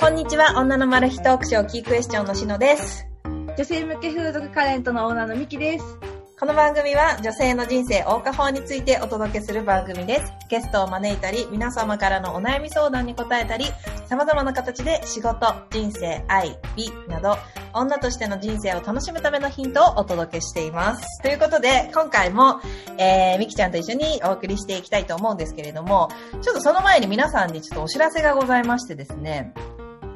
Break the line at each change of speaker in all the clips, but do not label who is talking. こんにちは、女のマル秘トークショーキークエスチョンのしのです。
女性向け風俗カレントのオーナーのミキです。
この番組は女性の人生謳歌法についてお届けする番組です。ゲストを招いたり、皆様からのお悩み相談に答えたり、様々な形で仕事、人生、愛、美など、女としての人生を楽しむためのヒントをお届けしています。ということで、今回も、えー、みきちゃんと一緒にお送りしていきたいと思うんですけれども、ちょっとその前に皆さんにちょっとお知らせがございましてですね、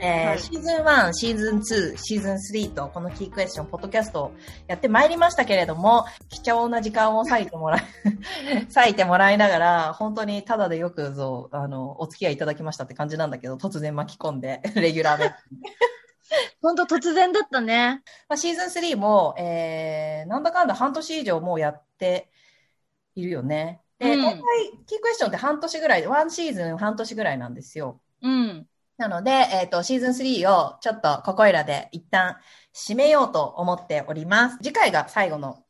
えー
はい
シーズン1、シーズン2、シーズン3と、このキークエスチョン、ポッドキャストをやってまいりましたけれども、貴重な時間を割いてもらい、 割いてもらいながら、本当にただでよくぞ、あの、お付き合いいただきましたって感じなんだけど、突然巻き込んで、レギュラーで。
ほんと突然だったね。
まあ、シーズン3も、えー、なんだかんだ半年以上もうやっているよね。で、
うん
大体、キークエスチョンって半年ぐらい、ワンシーズン半年ぐらいなんですよ。
うん。
なので、えっ、と、シーズン3をちょっとここいらで一旦締めようと思っております。次回が最後の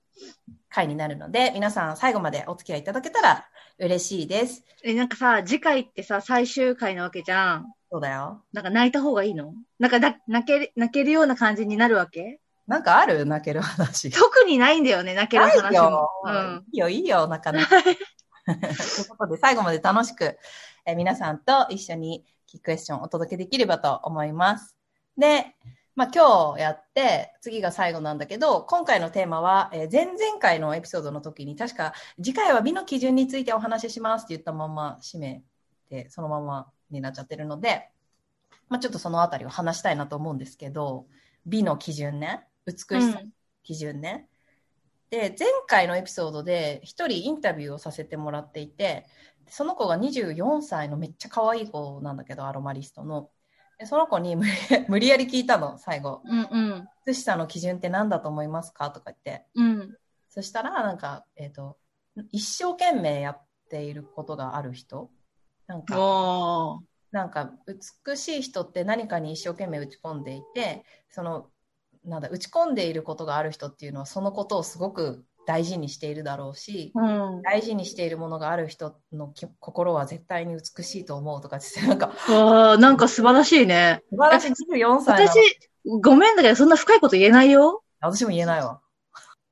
回になるので、皆さん最後までお付き合いいただけたら嬉しいです。
え、なんかさ、次回ってさ、最終回なわけじゃん。
そうだよ。
なんか泣いた方がいいのなんかだ泣ける、泣けるような感じになるわけ
なんかある泣ける話。
特にないんだよね、泣ける
ない
話も
よ。。
うん。
いいよ、いいよ、なかなか。ということで、最後まで楽しく、えー皆さんと一緒にキークエスチョンをお届けできればと思います。で、まあ、今日やって、次が最後なんだけど、今回のテーマは、えー前々回のエピソードの時に、確か次回は美の基準についてお話ししますって言ったまま締めて、そのままになっちゃってるので、まあ、ちょっとそのあたりを話したいなと思うんですけど、美の基準ね、美しさ
うん
基準ね。で前回のエピソードで一人インタビューをさせてもらっていてその子が24歳のめっちゃ可愛い子なんだけどアロマリストのでその子に無理無理 やり聞いたの最後
うん
「寿司さんの基準って何だと思いますか?」とか言って
うん。うん。
そしたらなんか、えっと一生懸命やっていることがある人なんか
おー。
なんか美しい人って何かに一生懸命打ち込んでいてそのなんだ打ち込んでいることがある人っていうのはそのことをすごく大事にしているだろうし
うん。
大事にしているものがある人のき心は絶対に美しいと思うとかって言 ってなんか
あー、なんか素晴らしいね。
素晴らしい24歳な
私
の、
ごめんだけど、そんな深いこと言えないよ。
私も言えないわ。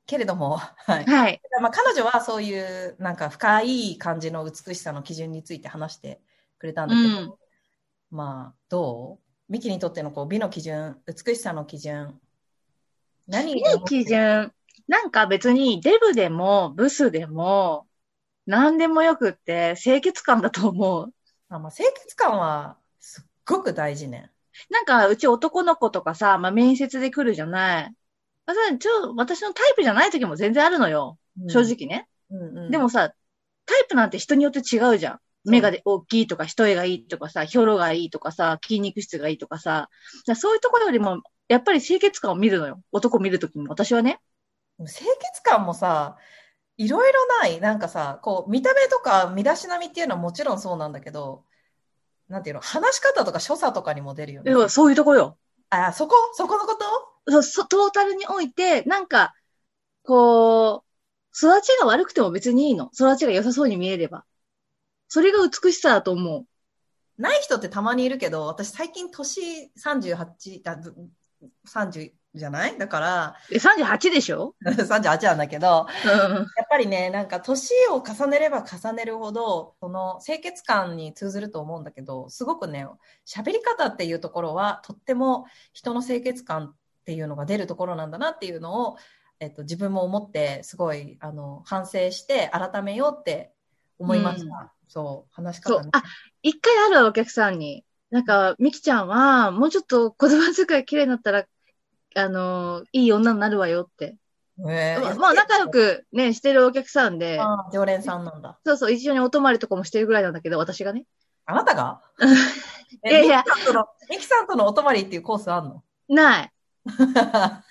けれども、はい、
はい。
まあ、彼女はそういうなんか深い感じの美しさの基準について話してくれたんだけど、まあどうミキにとってのこう美の基準美しさの基準何
美の基準、なんか別にデブでもブスでも、何でもよくって、清潔感だと思う。
あ、まあ、清潔感はすっごく大事ね
なんか、うち男の子とかさ、まあ、面接で来るじゃない。まあ、それちょ、私のタイプじゃない時も全然あるのよ。正、直ね。
うんうんうん
でもさ、タイプなんて人によって違うじゃん。目がで大きいとか、一重がいいとかさ、表露がいいとかさ、筋肉質がいいとかさ。だからそういうところよりも、やっぱり清潔感を見るのよ。男見るときに。私はね。
清潔感もさいろいろないなんかさこう見た目とか身だしなみっていうのはもちろんそうなんだけどなんていうの話し方とか所作とかにも出るよね
要はそういうところよ。
あそこそこのこと
そうそトータルにおいて、なんか、こう、育ちが悪くても別にいいの。育ちが良さそうに見えれば。それが美しさだと思う。
ない人ってたまにいるけど、私最近年38、あず30じゃないだから、
え、38でしょ
38なんだけど、
うん。
やっぱりね、なんか年を重ねれば重ねるほど、その清潔感に通ずると思うんだけど、すごくね、喋り方っていうところは、とっても人の清潔感っていうのが出るところなんだなっていうのを、えっと、自分も思って、すごい、あの、反省して、改めようって思いました。
うん
そう、話し
そ
方
う
ね。。
あ、一回あるわお客さんに。なんか、ミキちゃんは、もうちょっと言葉遣い綺麗になったら、あのーいい女になるわよって。
え
まあまあ、仲良くね、してるお客さんで、
あー常連さんなんだ。
そうそう、一緒にお泊まりとかもしてるぐらいなんだけど、私がね。
あなたが
いやいや
えミキさんとのミキさんとのお泊まりっていうコースあんの
ない。ないんだ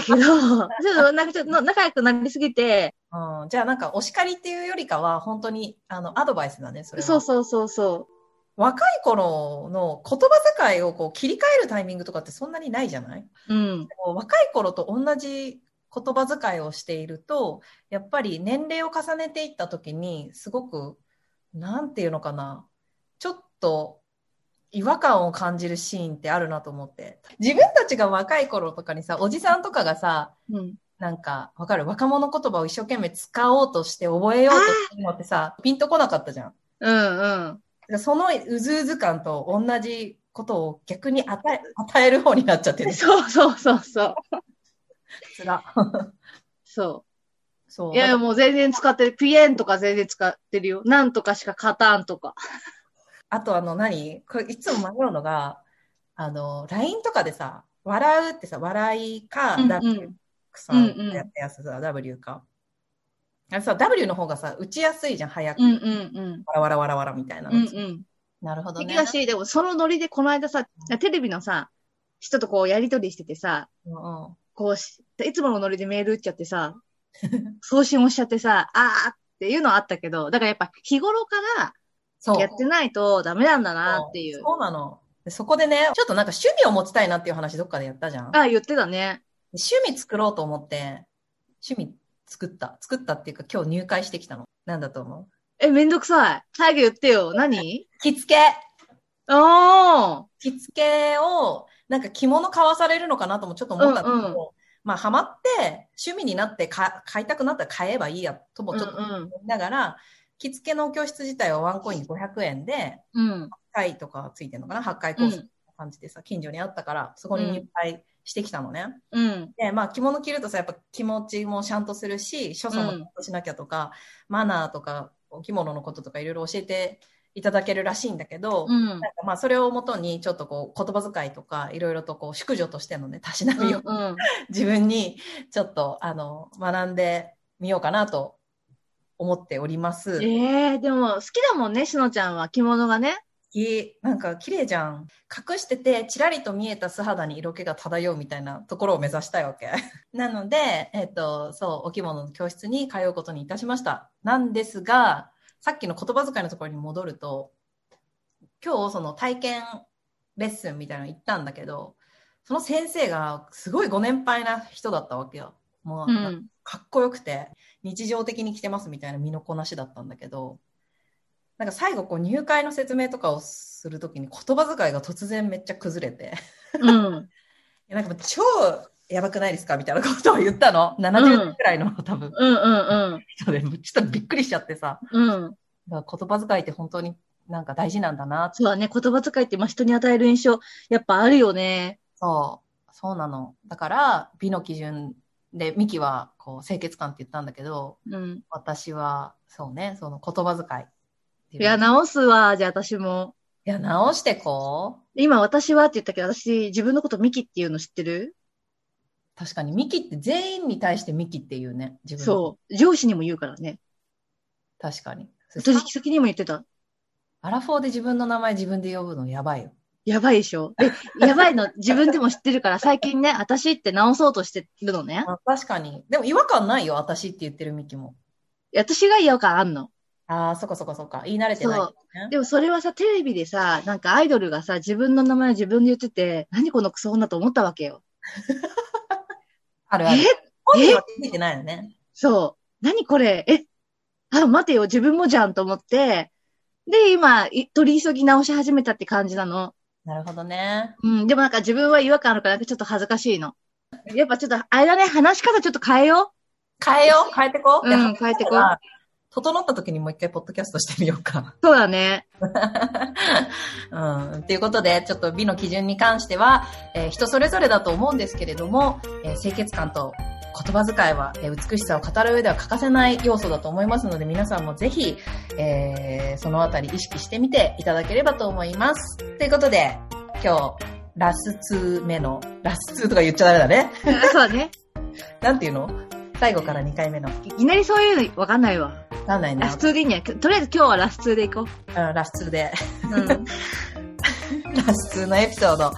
けど、ちょっと、なんかちょっと仲良くなりすぎて、
うん、じゃあなんかお叱りっていうよりかは本当にあのアドバイスだねそれは
そうそうそうそ。
若い頃の言葉遣いをこう切り替えるタイミングとかってそんなにないじゃないう
うん。
こう若い頃と同じ言葉遣いをしているとやっぱり年齢を重ねていった時にすごくなんていうのかなちょっと違和感を感じるシーンってあるなと思って。自分たちが若い頃とかにさ、おじさんとかがさ、
うん。
なんか、わかる若者言葉を一生懸命使おうとして覚えようとしてるのってさ、ピンとこなかったじゃん。
うんうん。
だからそのうずうず感と同じことを逆に与え与える方になっちゃってる。
そうそうそうそう。
つら。
そ。
そうう。
いや、もう全然使ってる。ピエンとか全然使ってるよ。なんとかしか勝たんとか。
あとあの何これいつも迷うのが、あの、LINE とかでさ、笑うってさ、笑いか、
うんうん
W さ
うん
ん
うん
やったやつさ、W か。あれさ、W の方がさ、打ちやすいじゃん、早く。
うんうんうん。
わらわらわらわらみたいな
う
の。
んうん。
なるほど
敵
ね。
だし、でもそのノリでこの間さ、テレビのさ、人とこうやりとりしててさ、
うんうん
こうし、いつものノリでメール打っちゃって さ、送信をしちゃってさ、あーっていうのはあったけど、だからやっぱ日頃か
そう
らやってないとダメなんだなっていう。
そうなの。でそこでね、ちょっとなんか趣味を持ちたいなっていう話どっかでやったじゃん。
あ、言ってたね。
趣味作ろうと思って、趣味作った。作ったっていうか今日入会してきたの。なんだと思う
え、めんどくさい。早く言ってよ。何
着付け
おー。
着付けを、なんか着物買わされるのかなともちょっと思ったんだけど、
うんう
まあハマって趣味になってか買いたくなったら買えばいいやともちょっと
う
思
ん
いながら、着付けの教室自体はワンコイン500円で、
うん。うん。
8回とかついてるのかな ?8 回コ
う
ースみたい
ん。
な感じでさ、近所にあったから、そこに入会してきたのね。
うん。
で、まあ着物着るとさ、やっぱ気持ちもちゃんとするし、所作もちゃんとしなきゃとか、マナーとか、お着物のこととかいろいろ教えていただけるらしいんだけど、
うん。うん
なんかまあそれをもとにちょっとこう言葉遣いとかいろいろとこう淑女としてのね、たしなみを、
うん。
自分にちょっとあの、学んでみようかなと思っております。
ええー、でも好きだもんね、しのちゃんは。着物がね。
きなんか綺麗じゃん。隠してて、ちらりと見えた素肌に色気が漂うみたいなところを目指したいわけ。 なので、えっと、そう、お着物の教室に通うことにいたしました。なんですが、さっきの言葉遣いのところに戻ると、今日その体験レッスンみたいなの行ったんだけど、その先生がすごいご年配な人だったわけよ。もう、
うん。
かっこよくて、日常的に着てますみたいな身のこなしだったんだけど、なんか最後こう入会の説明とかをするときに言葉遣いが突然めっちゃ崩れて、
うん。
いやなんかもう超やばくないですかみたいなことを言ったの。70代くらいの多分
うんうん
人で、ちょっとびっくりしちゃってさ、
うん。うん。
だから言葉遣いって本当になんか大事なんだなって。
そうだね。言葉遣いって、まあ、人に与える印象、やっぱあるよね。
そう、そうなの。だから美の基準で、ミキはこう清潔感って言ったんだけど、
うん。
私はそうね、その言葉遣いっていう
いや、直すわ。じゃあ私も。
いや、直してこう。
今、私はって言ったけど、私、自分のことミキっていうの知ってる
確かに、ミキって全員に対してミキっていうね、自分。
そう。上司にも言うからね。
う。確かに。
取引先にも言ってた。
アラフォーで自分の名前自分で呼ぶのやばいよ。
やばいでしょで、やばいの自分でも知ってるから、最近ね、私って直そうとしてるのね。
あ確かに。でも違和感ないよ、私って言ってるミキも。
私が嫌感あんの。
ああ、そっかそっかそっか。言い慣れてない、ね。
でもそれはさ、テレビでさ、なんかアイドルがさ、自分の名前を自分で言ってて、何このクソ女と思ったわけよ。
あるある。
え
本人は気づいてないよね。
そう。何これえあ、待てよ、自分もじゃんと思って。で、今、い取り急ぎ直し始めたって感じなの。
なるほどね。
うん、でもなんか自分は違和感あるから、なんかちょっと恥ずかしいの。やっぱちょっと、あれだね、話し方ちょっと変えよ
変えよう変えてこ
う。
う、
うん、変えてこう。
整った時にもう一回ポッドキャストしてみようか。
そうだね。
うん、ということで、ちょっと美の基準に関しては、えー人それぞれだと思うんですけれども、えー清潔感と言葉遣いは、えー美しさを語る上では欠かせない要素だと思いますので、皆さんもぜひ、えーそのあたり意識してみていただければと思います。ということで、今日、ラス2目の、ラス2とか言っちゃダメだね。
そうだね。
なんていうの最後から2回目の。
いきなりそういうのわかんないわ。
わかんない
ラ
な。
ス2でいいんじゃないとりあえず今日はラス2でいこ
うんラス2で。
う。うん。
ラ ス2のエピソード。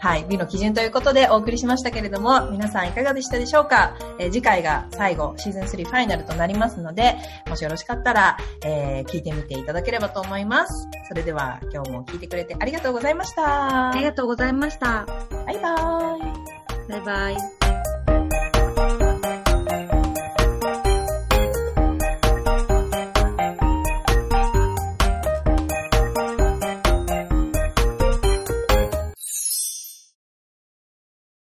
はい。美の基準ということでお送りしましたけれども、皆さんいかがでしたでしょうか、えー次回が最後、シーズン3ファイナルとなりますので、もしよろしかったら、えー聞いてみていただければと思います。それでは、今日も聞いてくれてありがとうございました。
ありがとうございました。
バイバーイ。
バイバイ。